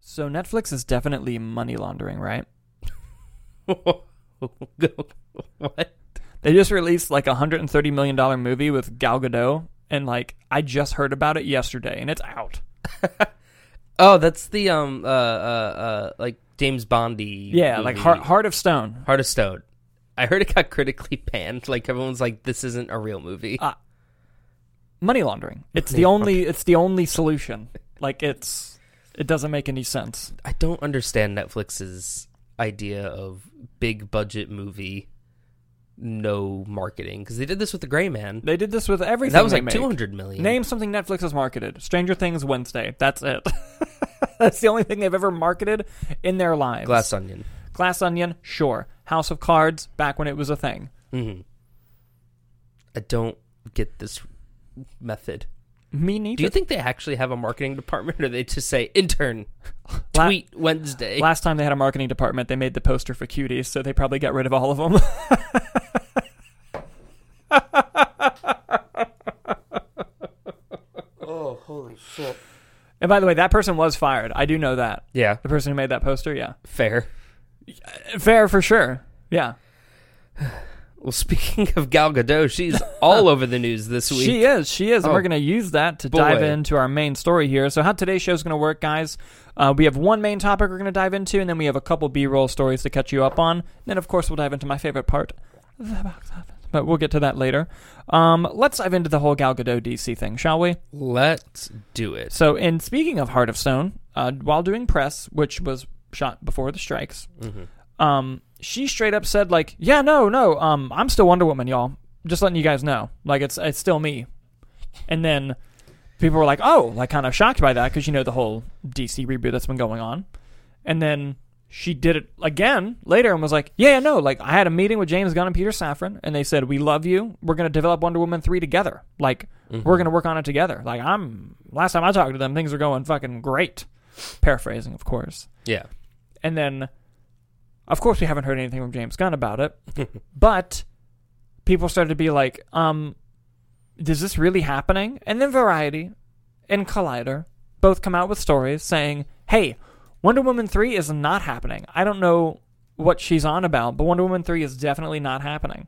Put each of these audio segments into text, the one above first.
So Netflix is definitely money laundering, right? Oh, what? They just released like a hundred and thirty million dollar movie with Gal Gadot, and like I just heard about it yesterday, and it's out. Oh, that's the um uh uh, uh like James Bondy. Yeah, like movie. Heart, Heart of Stone. Heart of Stone. I heard it got critically panned. Like everyone's like, this isn't a real movie. Uh, Money laundering. It's the only. It's the only solution. Like it's. It doesn't make any sense. I don't understand Netflix's idea of big budget movie, no marketing because they did this with the Gray Man. They did this with everything. That was they like make. two hundred million. Name something Netflix has marketed. Stranger Things Wednesday. That's it. That's the only thing they've ever marketed in their lives. Glass Onion. Glass Onion, sure. House of Cards, back when it was a thing. hmm I don't get this method. Me neither. Do you think they actually have a marketing department, or they just say intern La- tweet Wednesday? Last time they had a marketing department, they made the poster for cuties, so they probably got rid of all of them. oh, holy shit! and by the way, that person was fired. I do know that. Yeah, The person who made that poster, yeah. fair. Fair for sure. Yeah. Well, speaking of Gal Gadot, she's all over the news this week. She is. She is. and Oh, we're going to use that to dive boy. into our main story here. So, how today's show is going to work, guys, uh, we have one main topic we're going to dive into, and then we have a couple B roll stories to catch you up on. And then, of course, we'll dive into my favorite part the box office. But we'll get to that later. Um, let's dive into the whole Gal Gadot DC thing, shall we? Let's do it. So, in speaking of Heart of Stone, uh, while doing press, which was shot before the strikes, um, she straight up said, like, yeah, no, no, um, I'm still Wonder Woman, y'all. Just letting you guys know. Like, it's, it's still me. And then people were like, oh, like, kind of shocked by that because, you know, the whole DC reboot that's been going on. And then she did it again later and was like, yeah, no, like, I had a meeting with James Gunn and Peter Safran, and they said, we love you. We're going to develop Wonder Woman 3 together. Like, we're going to work on it together. Like, I'm, last time I talked to them, things were going fucking great. Paraphrasing, of course. Yeah. And then, of course, we haven't heard anything from James Gunn about it. but people started to be like, um, is this really happening? And then Variety and Collider both come out with stories saying, hey, Wonder Woman 3 is not happening. I don't know what she's on about, but Wonder Woman 3 is definitely not happening.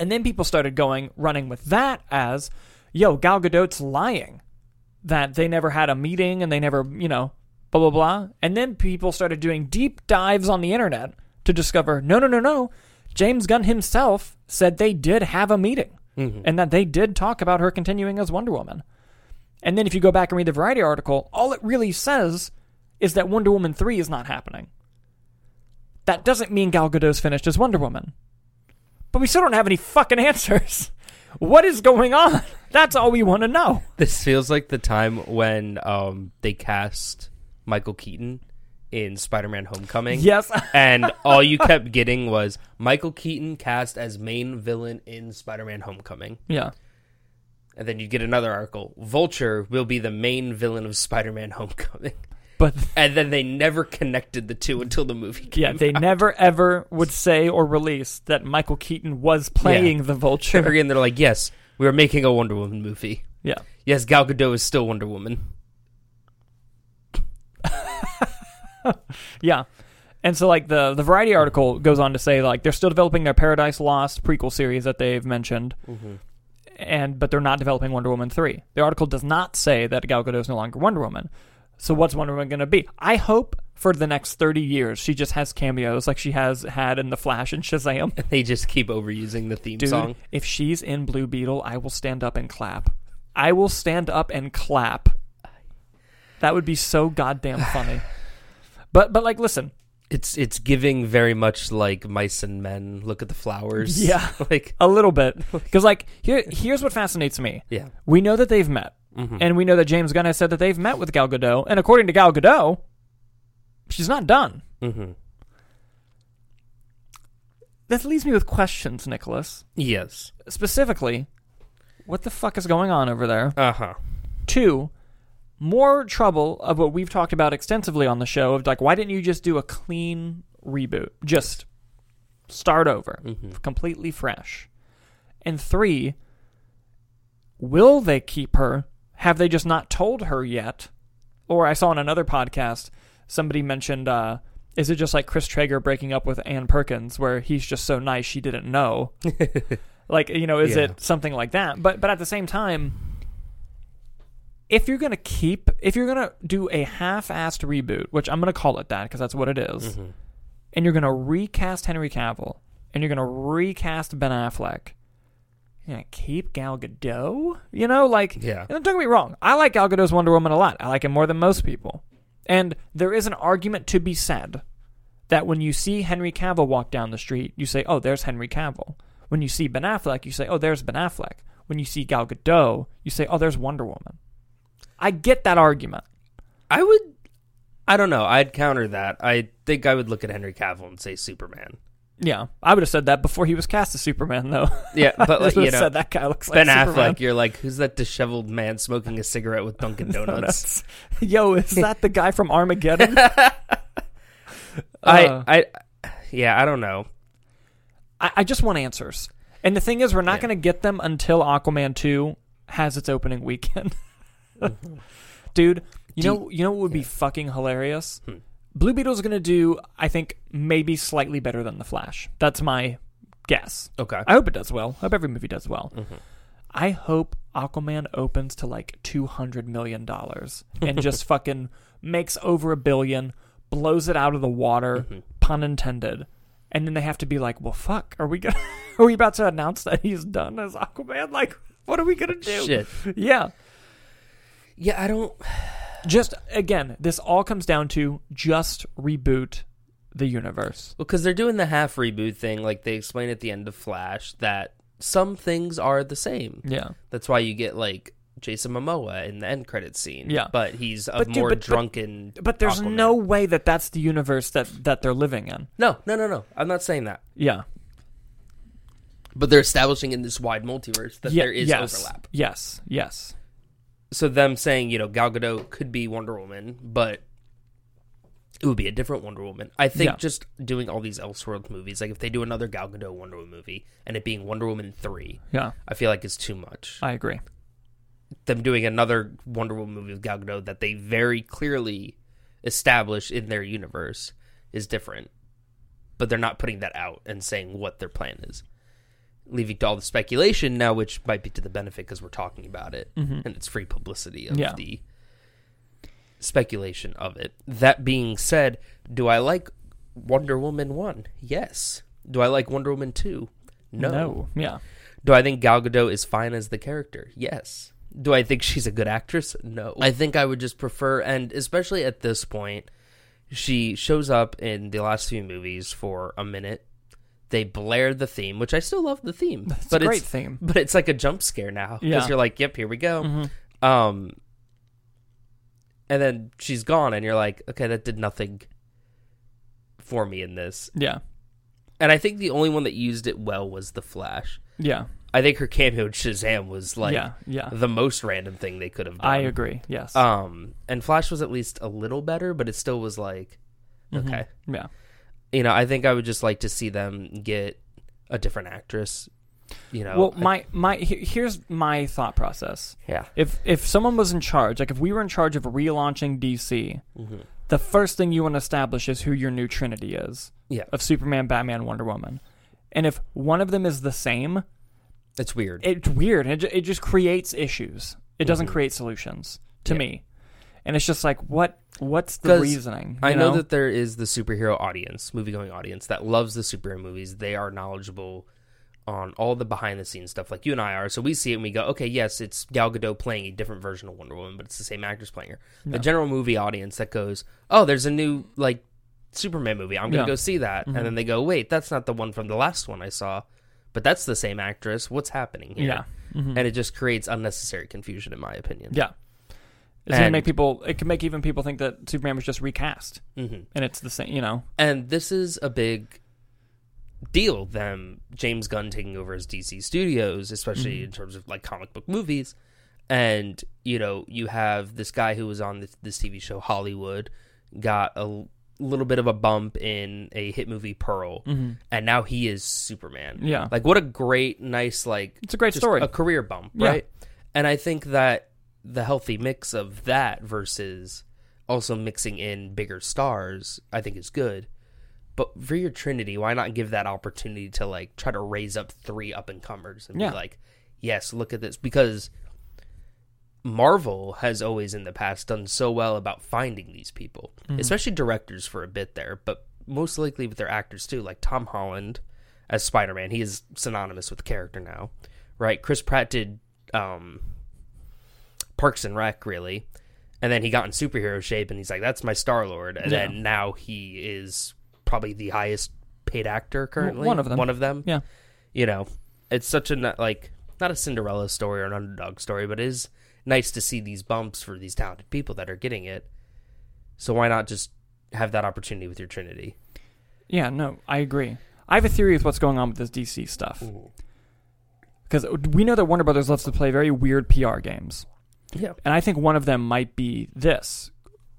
And then people started going, running with that as, yo, Gal Gadot's lying that they never had a meeting and they never, you know, blah, blah, blah. And then people started doing deep dives on the internet to discover no, no, no, no. James Gunn himself said they did have a meeting and that they did talk about her continuing as Wonder Woman. And then if you go back and read the Variety article, all it really says is that Wonder Woman 3 is not happening. That doesn't mean Gal Gadot's finished as Wonder Woman. But we still don't have any fucking answers. What is going on? That's all we want to know. This feels like the time when um, they cast Michael Keaton in Spider Man Homecoming. Yes. and all you kept getting was Michael Keaton cast as main villain in Spider Man Homecoming. Yeah. And then you'd get another article Vulture will be the main villain of Spider Man Homecoming. But And then they never connected the two until the movie came yeah, they out. never ever would say or release that Michael Keaton was playing the Never vulture. again, they're like, yes, we are making a Wonder Woman movie. Yeah. Yes, Gal Gadot is still Wonder Woman. Yeah. And so like the the variety article goes on to say like they're still developing their Paradise Lost prequel series that they've mentioned. And but they're not developing Wonder Woman 3. The article does not say that Gal Gadot is no longer Wonder Woman. So what's Wonder Woman going to be? I hope for the next 30 years she just has cameos like she has had in The Flash and Shazam. They just keep overusing the theme Dude, song. if she's in Blue Beetle, I will stand up and clap. I will stand up and clap. That would be so goddamn funny. But but like listen, It's it's giving very much like mice and men. Look at the flowers. Yeah. like a little bit because like here here's what fascinates me. yeah. Mm-hmm. We know that they've met, and we know that James Gunn has said that they've met with Gal Gadot, and according to Gal Gadot, she's not done. Mm-hmm. This leaves me with questions, Nicholas. Yes. Specifically, what the fuck is going on over there? Uh huh. Two, more trouble of what we've talked about extensively on the show of like, why didn't you just do a clean reboot? Just start over, Mm-hmm. completely fresh. And three, will they keep her? Have they just not told her yet? or I saw on another podcast somebody mentioned uh, is it just like Chris Traeger breaking up with Ann Perkins where he's just so nice she didn't know? like, you know, is Yeah. it something like that? But but at the same time if you're going to keep if you're going to do a half-assed reboot, which I'm going to call it that because that's what it is, Mm-hmm. and you're going to recast Henry Cavill and you're going to recast Ben Affleck. You're going to keep Gal Gadot? You know, like Yeah. and don't get me wrong, I like Gal Gadot's Wonder Woman a lot. I like it more than most people. And there is an argument to be said that when you see Henry Cavill walk down the street, you say, "Oh, there's Henry Cavill." When you see Ben Affleck, you say, "Oh, there's Ben Affleck." When you see Gal Gadot, you say, "Oh, there's Wonder Woman." I get that argument. I would. I don't know. I'd counter that. I think I would look at Henry Cavill and say Superman. Yeah, I would have said that before he was cast as Superman, though. Yeah, I but like just would you have know, said that guy looks Ben like Affleck, Superman. you're like, who's that disheveled man smoking a cigarette with Dunkin' Oh, Donuts? Donuts. Yo, is that the guy from Armageddon? I, Uh. I, yeah, I don't know. I, I just want answers. And the thing is, we're not Yeah. going to get them until Aquaman two has its opening weekend. Dude, you Do Hmm. know, you know what would be fucking hilarious? Blue Beetle's going to do, I think, maybe slightly better than the Flash. That's my guess. Okay, Mm-hmm. I hope it does well. I hope every movie does well. I hope Aquaman opens to like two hundred million dollars and just fucking makes over a billion, blows it out of the water, Mm-hmm. pun intended. And then they have to be like, "Well, fuck, are we gonna? Are we about to announce that he's done as Aquaman? Like, what are we gonna do?" shit. Yeah. Yeah, I don't. Just again, this all comes down to just reboot the universe. Because they're doing the half reboot thing, like they explain at the end of Flash that some things are the same. Yeah. That's why you get like Jason Momoa in the end credit scene. Yeah. but he's a But, dude, more but- but- drunken. But there's Aquaman. no way that that's the universe that that they're living in. no, no, no, no. I'm not saying that. Yeah. But they're establishing in this wide multiverse that Ye- there is yes, overlap. Yes. Yes. So them saying, you know, Gal Gadot could be Wonder Woman, but it would be a different Wonder Woman. I think Yeah. just doing all these Elseworld movies, like if they do another Gal Gadot Wonder Woman movie and it being Wonder Woman three, Yeah. I feel like is too much. I agree. them doing another Wonder Woman movie with Gal Gadot that they very clearly establish in their universe is different, but they're not putting that out and saying what their plan is, leaving to all the speculation now, which might be to the benefit because we're talking about it and it's free publicity of Yeah. the speculation of it. That being said, do I like Wonder Woman one? Yes. Do I like Wonder Woman two? Yeah. Do I think Gal Gadot is fine as the character? Yes. Do I think she's a good actress? No. I think I would just prefer, and especially at this point, she shows up in the last few movies for a minute. They blare the theme, which I still love the theme, It's but a great it's theme. but it's like a jump scare now because Yeah. you're like, yep, here we go. Um, and then she's gone, and you're like, okay, that did nothing for me in this. Yeah. And I think the only one that used it well was the Flash. Yeah. I think her cameo in Shazam was like yeah. Yeah. the most random thing they could have done. I agree. Yes. Um, and Flash was at least a little better, but it still was like, okay, Mm-hmm. yeah. you know, I think I would just like to see them get a different actress. You know, Well, I- my my he- here's my thought process. yeah, If if someone was in charge, like if we were in charge of relaunching DC, Mm-hmm. the first thing you want to establish is who your new trinity is yeah, of Superman, Batman, Wonder Woman. And if one of them is the same, it's weird. it's weird. It, ju- it just creates issues. It doesn't create solutions to Mm-hmm. Yeah. me. And it's just like what what's the 'Cause reasoning? I you know? that there is the superhero audience, movie going audience that loves the superhero movies. They are knowledgeable on all the behind the scenes stuff, like you and I are. So we see it and we go, okay, yes, it's Gal Gadot playing a different version of Wonder Woman, but it's the same actress playing her. The general movie audience that goes, oh, there's a new like Superman movie. I'm gonna Yeah. Mm-hmm. go see that, and then they go, wait, that's not the one from the last one I saw, but that's the same actress. What's happening here? Yeah. Mm-hmm. And it just creates unnecessary confusion, in my opinion. Yeah. It's going to And- make people, it can make even people think that Superman was just recast Mm-hmm. and it's the same, you know? and this is a big deal them james gunn taking over as dc studios especially Mm-hmm. in terms of like comic book movies and you know you have this guy who was on this, this tv show hollywood got a l- little bit of a bump in a hit movie pearl and now he is superman Mm-hmm. Yeah. like what a great nice like It's a great just story. a career bump Yeah. right and i think that the healthy mix of that versus also mixing in bigger stars, I think is good. But for your Trinity, why not give that opportunity to like try to raise up three up and comers and Yeah. be like, yes, look at this because Marvel has always in the past done so well about finding these people, especially directors for a bit there, but most likely with their actors too, like Tom Holland as Spider Man. He is synonymous with the character now, right? Chris Pratt did um, Parks and Rec, really. And then he got in superhero shape and he's like, that's my Star Lord. And Yeah. then now he is probably the highest paid actor currently. one of them. One of them. Yeah. You know, it's such a, n- like, not a Cinderella story or an underdog story, but it is nice to see these bumps for these talented people that are getting it. So why not just have that opportunity with your Trinity? Yeah, no, I agree. I have a theory with what's going on with this DC stuff. Because we know that Warner Brothers loves to play very weird PR games. Yeah. And I think one of them might be this.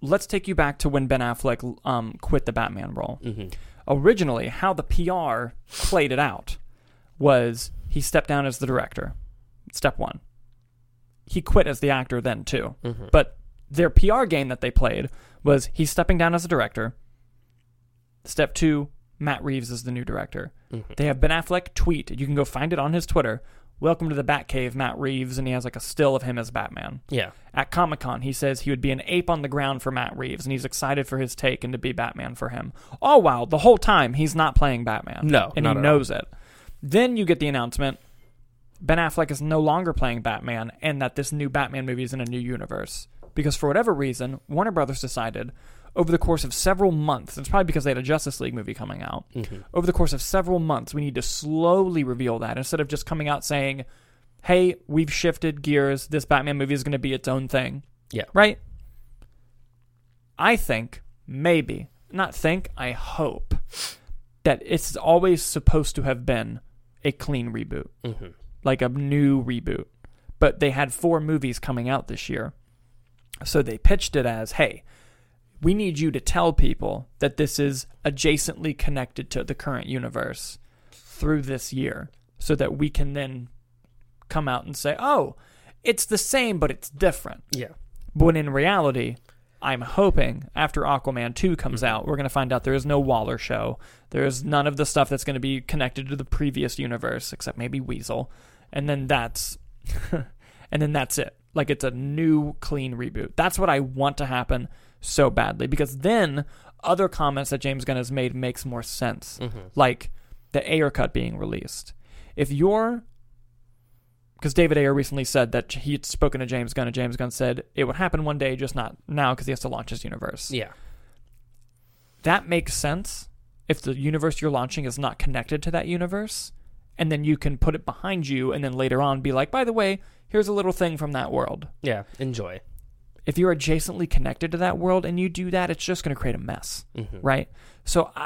Let's take you back to when Ben Affleck um, quit the Batman role. hmm Originally, how the PR played it out was he stepped down as the director. Step one. He quit as the actor then, too. Mhm. But their PR game that they played was he's stepping down as a director. Step two, Matt Reeves is the new director. Mhm. They have Ben Affleck tweet. You can go find it on his Twitter. Welcome to the Batcave, Matt Reeves, and he has like a still of him as Batman. Yeah. At Comic Con, he says he would be an ape on the ground for Matt Reeves, and he's excited for his take and to be Batman for him. All while the whole time he's not playing Batman. No, and not he at knows it. Then you get the announcement: Ben Affleck is no longer playing Batman, and that this new Batman movie is in a new universe. Because for whatever reason, Warner Brothers decided over the course of several months, it's probably because they had a Justice League movie coming out. Mm-hmm. Over the course of several months, we need to slowly reveal that instead of just coming out saying, hey, we've shifted gears. This Batman movie is going to be its own thing. Yeah. Right? I think, maybe, not think, I hope that it's always supposed to have been a clean reboot, Mhm. like a new reboot. But they had four movies coming out this year. So they pitched it as hey, we need you to tell people that this is adjacently connected to the current universe through this year so that we can then come out and say, oh, it's the same, but it's different. Yeah. When in reality, I'm hoping after Aquaman 2 comes out, we're going to find out there is no Waller show. There is none of the stuff that's going to be connected to the previous universe, except maybe Weasel. And then that's. and then that's it. Like it's a new clean reboot. That's what I want to happen so badly because then other comments that James Gunn has made makes more sense. Mm-hmm. Like the Ayer cut being released. If you're because David Ayer recently said that he had spoken to James Gunn, and James Gunn said it would happen one day, just not now, because he has to launch his universe. Yeah. That makes sense if the universe you're launching is not connected to that universe, and then you can put it behind you, and then later on be like, by the way, here's a little thing from that world. Yeah. Enjoy. If you're adjacently connected to that world and you do that, it's just going to create a mess, Mhm. right? So I,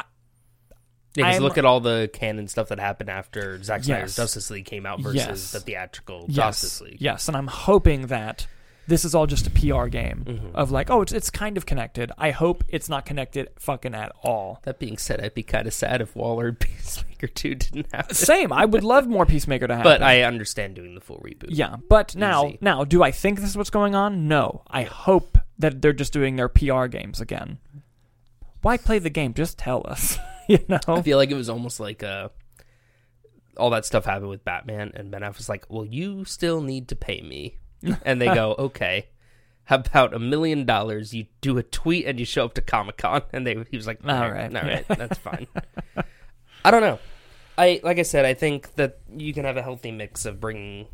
Yeah, because I'm- look at all the canon stuff that happened after Zack Snyder's Yes. Justice League came out versus Yes. the theatrical yes, Justice League. yes, and I'm hoping that this is all just a PR game Mm-hmm. of like, oh, it's it's kind of connected. I hope it's not connected fucking at all. That being said, I'd be kind of sad if Waller and Peacemaker 2 didn't happen. Same. I would love more Peacemaker to happen. But I understand doing the full reboot. yeah. But now, Easy. now, do I think this is what's going on? No. I hope that they're just doing their PR games again. Why play the game? Just tell us. you I know. feel like it was almost like uh, all that stuff happened with Batman, and Ben Affleck's like, well, you still need to pay me. And they go, okay, how about a million dollars? You do a tweet and you show up to Comic Con. And they, he was like, all All right, right. all right, that's fine. I don't know. I like I said, I think that you can have a healthy mix of bringing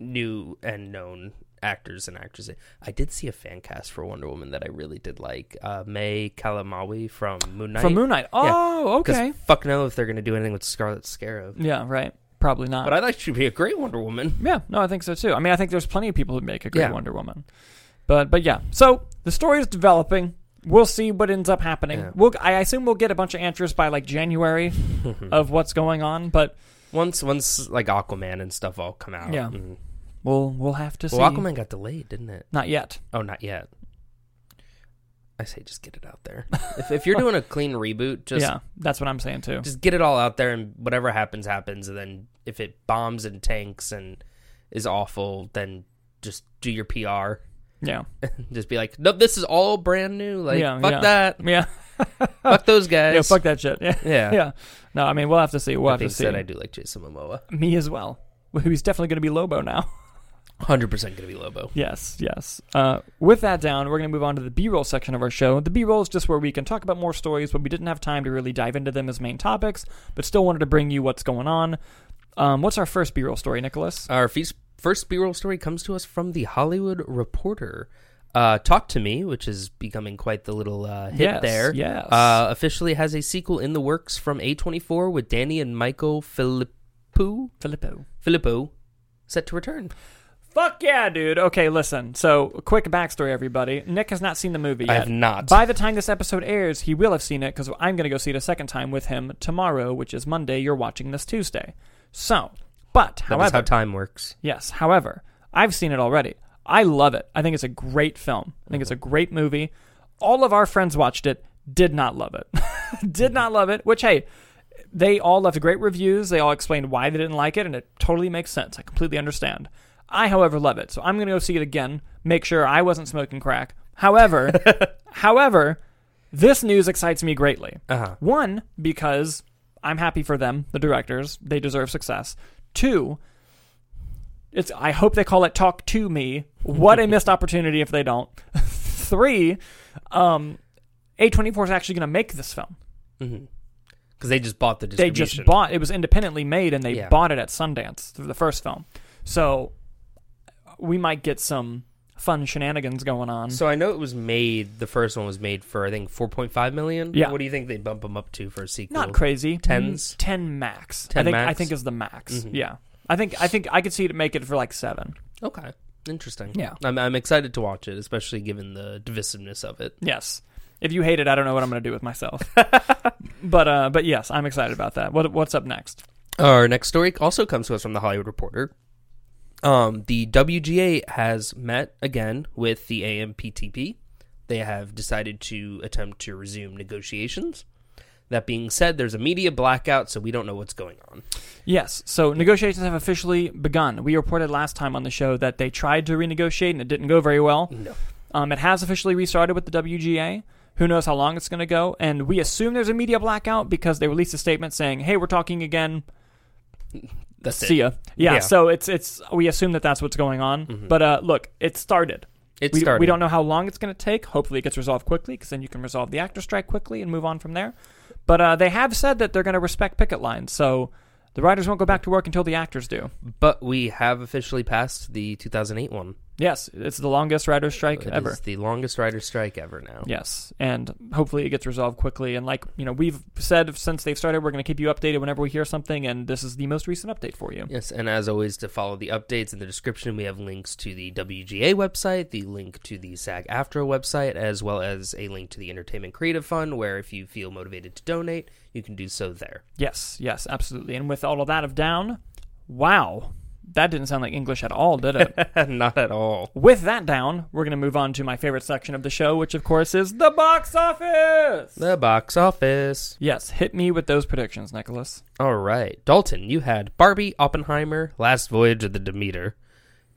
new and known actors and actresses. I did see a fan cast for Wonder Woman that I really did like. Uh, May Kalamawi from Moon Knight. From Moon Knight. Oh, Because okay. fuck know if they're going to do anything with Scarlet Scarab. Yeah. Right. Probably not. But I'd like she to be a great Wonder Woman. yeah. No, I think so too. I mean, I think there's plenty of people who make a great Yeah. Wonder Woman. But but yeah. So the story is developing. We'll see what ends up happening. Yeah. We'll, I assume we'll get a bunch of answers by like January of what's going on, but Once, once like Aquaman and stuff all come out. Yeah. Mm. we'll we'll have to see. Well, Aquaman got delayed, didn't it? Not yet. Oh, not yet. I say just get it out there. if, if you're doing a clean reboot, just yeah, that's what I'm saying too. just get it all out there, and whatever happens, happens. And then if it bombs and tanks and is awful, then just do your PR Yeah. Just be like, nope, this is all brand new. Like, Yeah, fuck yeah. that. Yeah. fuck those guys. Yeah, fuck that shit. Yeah. Yeah. Yeah. No, I mean, we'll have to see. We'll That have to being see. said, I do like Jason Momoa. Me as well. Who's definitely going to be Lobo now. 100% going to be Lobo. Yes, yes. Uh, with that down, we're going to move on to the B roll section of our show. The B roll is just where we can talk about more stories, but we didn't have time to really dive into them as main topics, but still wanted to bring you what's going on. Um, what's our first B roll story, Nicholas? Our fees- first B roll story comes to us from The Hollywood Reporter. Uh, Talk to Me, which is becoming quite the little uh, hit Yes, there, yes. Uh, officially has a sequel in the works from A24 with Danny and Michael Filippo, Filippo. Filippo set to return. Fuck yeah, dude. Okay, listen. So, quick backstory, everybody. Nick has not seen the movie I yet. have not. By the time this episode airs, he will have seen it because I'm going to go see it a second time with him tomorrow, which is Monday. You're watching this Tuesday. So, but, That however. is how time works. Yes. However, I've seen it already. I love it. I think it's a great film. I think it's a great movie. All of our friends watched it, did not love it. did not love it, which, hey, they all left great reviews. They all explained why they didn't like it, and it totally makes sense. I completely understand. I, however, love it. So I'm going to go see it again, make sure I wasn't smoking crack. However, however, this news excites me greatly. Uh-huh. One, because I'm happy for them, the directors. They deserve success. Two, it's I hope they call it talk to me. What a missed opportunity if they don't. Three, um A24 is actually going to make this film. Because Mm-hmm. they just bought the They distribution. just bought it was independently made and they Yeah. bought it at Sundance through the first film. So we might get some fun shenanigans going on. So I know it was made. The first one was made for I think 4.5 million. Yeah. What do you think they bump them up to for a sequel? Not crazy. oh, Tens? Mm, Ten max. I Ten think I max? think is the max. Mhm. Yeah. I think I think I could see it make it for like seven. Okay. Interesting. Yeah. I'm, I'm excited to watch it, especially given the divisiveness of it. Yes. If you hate it, I don't know what I'm going to do with myself. but uh, but yes, I'm excited about that. What what's up next? Our next story also comes to us from the Hollywood Reporter. Um, the WGA has met again with the AMPTP. They have decided to attempt to resume negotiations. That being said, there's a media blackout, so we don't know what's going on. Yes. So negotiations have officially begun. We reported last time on the show that they tried to renegotiate and it didn't go very well. No. Um, it has officially restarted with the WGA. Who knows how long it's going to go? And we assume there's a media blackout because they released a statement saying, "Hey, we're talking again. That's See it. ya." Yeah. Yeah. Mm-hmm. So it's it's we assume that that's what's going on. But uh, look, it started. It we, started. we don't know how long it's going to take. Hopefully, it gets resolved quickly because then you can resolve the actor strike quickly and move on from there. But uh, they have said that they're going to respect picket lines, so the writers won't go back to work until the actors do. But we have officially passed the 2008 one. Yes, it's the longest writer strike Uh, It ever. is the longest writer strike ever now. Yes, and hopefully it gets resolved quickly. And like you know, we've said since they've started, we're going to keep you updated whenever we hear something, and this is the most recent update for you. Yes, and as always, to follow the updates in the description, we have links to the WGA website, the link to the SAG AFTRA website, as well as a link to the Entertainment Creative Fund, where if you feel motivated to donate, you can do so there. Yes, yes, absolutely. And with all of that of down, wow, that didn't sound like English at all, did it? Not at all. With that down, we're going to move on to my favorite section of the show, which of course is the box office. The box office. Yes, hit me with those predictions, Nicholas. All right. Dalton, you had Barbie, Oppenheimer, Last Voyage of the Demeter,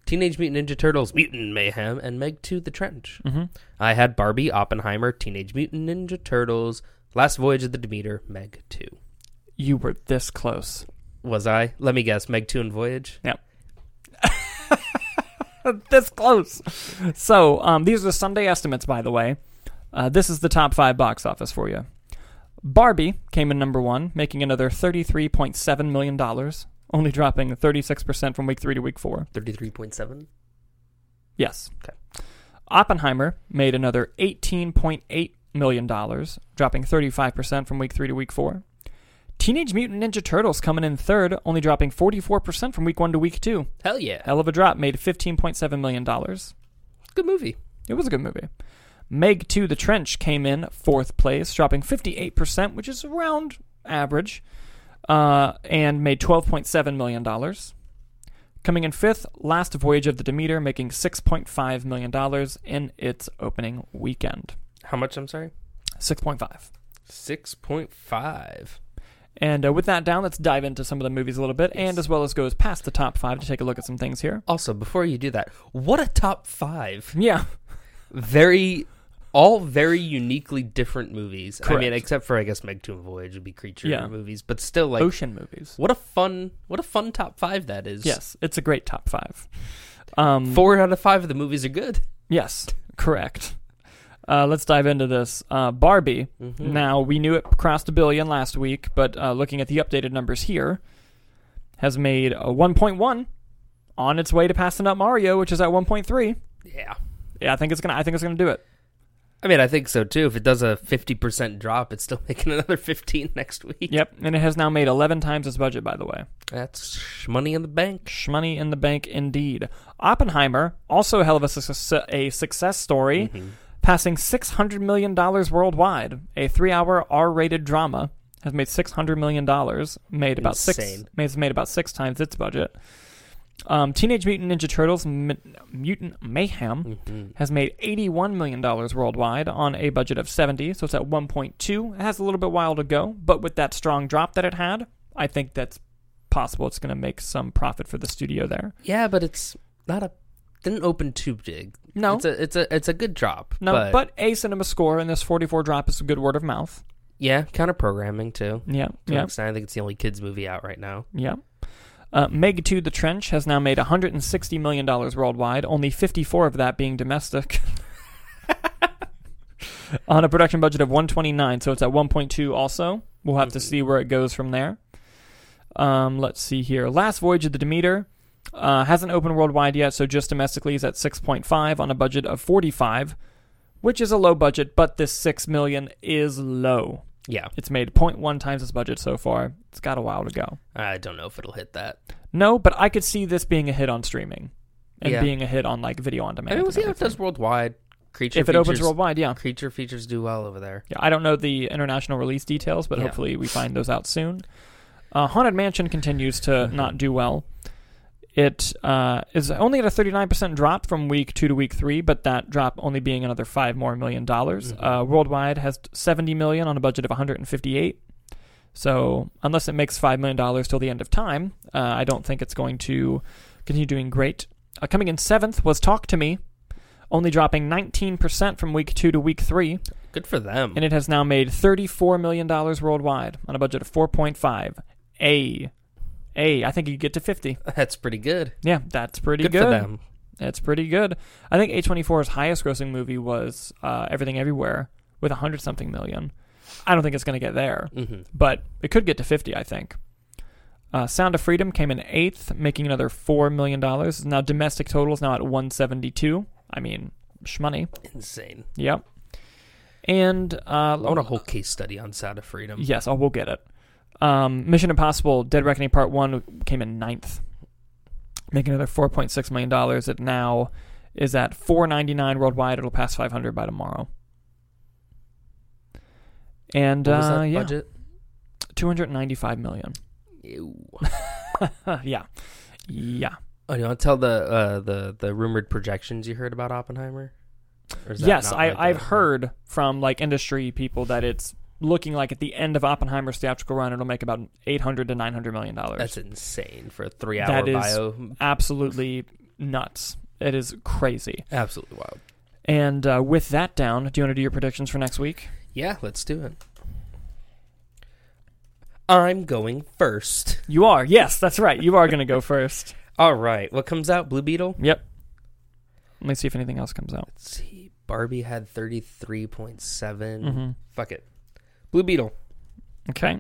Teenage Mutant Ninja Turtles, Mutant Mayhem, and Meg 2 The Trench. Mm-hmm. I had Barbie, Oppenheimer, Teenage Mutant Ninja Turtles, Last Voyage of the Demeter, Meg 2. You were this close. Was I? Let me guess. Meg 2 and Voyage? Yep. this close. So, um, these are the Sunday estimates, by the way. Uh, this is the top five box office for you. Barbie came in number one, making another $33.7 million, only dropping 36% from week three to week four. 33.7? Yes. Okay. Oppenheimer made another $18.8 million, dropping 35% from week three to week four. Teenage Mutant Ninja Turtles coming in third, only dropping 44% from week one to week two. Hell yeah. Hell of a drop, made $15.7 million. It Good movie. was a good movie. Meg 2 The Trench came in fourth place, dropping 58%, which is around average, uh, and made $12.7 million. Coming in fifth, Last Voyage of the Demeter, making $6.5 million in its opening weekend. How much? I'm sorry? 6.5. 6.5. And uh, with that down, let's dive into some of the movies a little bit, and Yes. as well as goes past the top five to take a look at some things here. Also, before you do that, what a top five! Yeah, Very, all very uniquely different movies. I mean, Correct. except for I guess Megatoon Voyage would be creature Yeah. movies, but still, like, ocean movies. what a fun, what a fun top five that is. Yes, it's a great top five. Um, four out of five of the movies are good. Yes, correct. Uh, let's dive into this. Uh, Barbie. Mhm. Now we knew it crossed a billion last week, but uh, looking at the updated numbers here, has made a 1.1, on its way to passing up Mario, which is at 1.3. Yeah, Yeah, I think it's gonna. I think it's gonna do it. I mean, I think so too. If it does a fifty percent drop, it's still making another fifteen next week. Yep, and it has now made 11 times its budget. By the way, That's sh- money in the bank. shmoney in the bank indeed. Oppenheimer also a hell of a, success a success Hmm. story. passing $600 million worldwide. A three hour R rated drama has made $600 million, made about, six, Insane. made, made about six times its budget. Um, Teenage Mutant Ninja Turtles Mi- Mutant Mayhem Mhm. has made $81 million worldwide on a budget of 70 so it's at 1.2 it has a little bit while to go but with that strong drop that it had i think that's possible it's going to make some profit for the studio there Yeah, but it's not a didn't open too big. No. it's a it's a it's a good drop. no but, a cinema score in this 44 drop is a good word of mouth yeah, counter programming too. yeah To an yeah extent, I think it's the only kids movie out right now. Yeah. Uh, Meg 2 The Trench has now made $160 million worldwide, only 54 of that being domestic. On a production budget of 129, so it's at 1.2 also. We'll have to Mhm. see where it goes from there. Um, let's see here. Last Voyage of the Demeter uh, hasn't opened worldwide yet, so just domestically is at 6.5 on a budget of 45, which is a low budget, but this 6 million is low. Yeah, It's made 0.1 times its budget so far. It's got a while to go. I don't know if it'll hit that. No, but I could see this being a hit on streaming and Yeah. being a hit on like video on I demand. mean, we'll and see how it everything. does worldwide. Creature If it features, opens worldwide, yeah. creature features do well over there. Yeah, I don't know the international release details, but Yeah. hopefully we find those out soon. Uh, Haunted Mansion continues to Mm-hmm. not do well. It uh, is only at a 39% drop from week two to week three, but that drop only being another five more million dollars. Mhm. Uh, worldwide has 70 million on a budget of 158. So unless it makes five million dollars till the end of time, uh, I don't think it's going to continue doing great. Uh, coming in seventh was Talk to Me, only dropping 19% from week two to week three Good for them. and it has now made $34 million worldwide on a budget of 4.5 a a i think you get to 50 That's pretty good. yeah that's pretty good, good, for them. that's pretty good i think a24's highest grossing movie was uh, everything everywhere with 100 something million i don't think it's going to get there hmm but it could get to 50 i think uh, sound of freedom came in eighth making another $4 million now domestic total is now at 172 i mean shmoney Insane. yep and uh, I want a whole case study on Sound of Freedom. Yes, I will get it. Um, Mission Impossible: Dead Reckoning Part One came in ninth, making another four point six million dollars. It now is at four ninety nine worldwide. It'll pass five hundred by tomorrow. And What was uh, that yeah, budget? two hundred ninety five million. Ew. yeah, yeah, Oh, you want to tell the uh, the the rumored projections you heard about Oppenheimer? Or is that yes. not I, like I've a- heard from like industry people that it's looking like at the end of Oppenheimer's theatrical run, it'll make about eight hundred to nine hundred million dollars. That's insane for a three hour That is- bio. absolutely nuts. It is crazy. Absolutely wild. And uh, with that down, do you want to do your predictions for next week? Yeah, let's do it. I'm going first. You are. Yes, that's right. You are going to go first. All right. What comes out? Blue Beetle? Yep. Let me see if anything else comes out. Let's see. Barbie had 33.7. Mm. hmm Fuck it. Blue Beetle. Okay.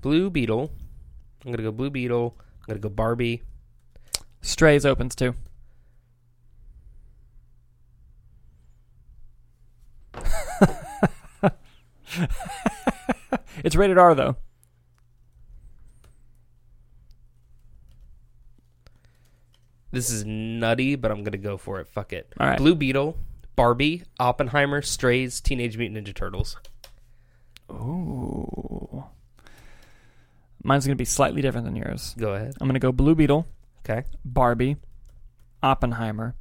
Blue Beetle. I'm going to go Blue Beetle. I'm going to go Barbie. Strays opens too. it's rated R though. This is nutty, but I'm going to go for it. Fuck it. All right. Blue Beetle, Barbie, Oppenheimer, Strays, Teenage Mutant Ninja Turtles. Ooh. Mine's going to be slightly different than yours. Go ahead. I'm going to go Blue Beetle. Okay. Barbie, Oppenheimer,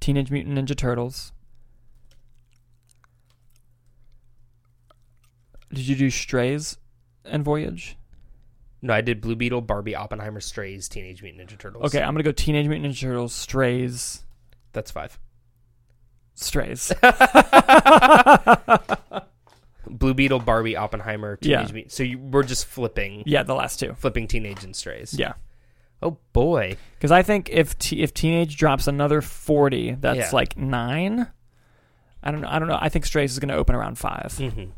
Teenage Mutant Ninja Turtles. Did you do Strays and Voyage? No, I did Blue Beetle, Barbie, Oppenheimer, Strays, Teenage Mutant Ninja Turtles. Okay, I'm gonna go Teenage Mutant Ninja Turtles, Strays, that's five. Strays. Blue Beetle, Barbie, Oppenheimer, Teenage Yeah. Mutant. So you, we're just flipping, yeah, the last two. flipping Teenage and Strays. Yeah, Oh boy, because I think if t- if Teenage drops another forty, that's Yeah. like nine. I don't know. I don't know. I think Strays is gonna open around five. Mhm.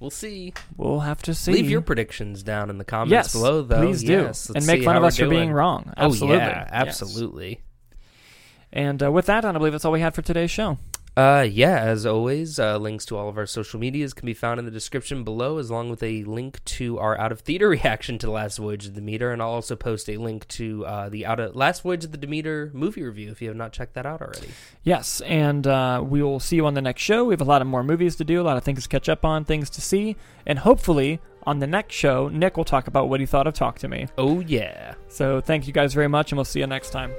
we'll see. We'll have to see. Leave your predictions down in the comments yes below, though. Please do Yes, let's and make see fun how of we're us for being doing. wrong. Oh, Absolutely, yeah, Yes. absolutely. And uh, with that on, I believe that's all we had for today's show. Uh, yeah, as always, uh, links to all of our social medias can be found in the description below, as long with a link to our out of theater reaction to the Last Voyage of the Demeter, and I'll also post a link to uh, the out of Last Voyage of the Demeter movie review if you have not checked that out already. Yes, and uh, we will see you on the next show. We have a lot of more movies to do, a lot of things to catch up on, things to see, and hopefully on the next show, Nick will talk about what he thought of Talk to Me. Oh yeah. So thank you guys very much, and we'll see you next time.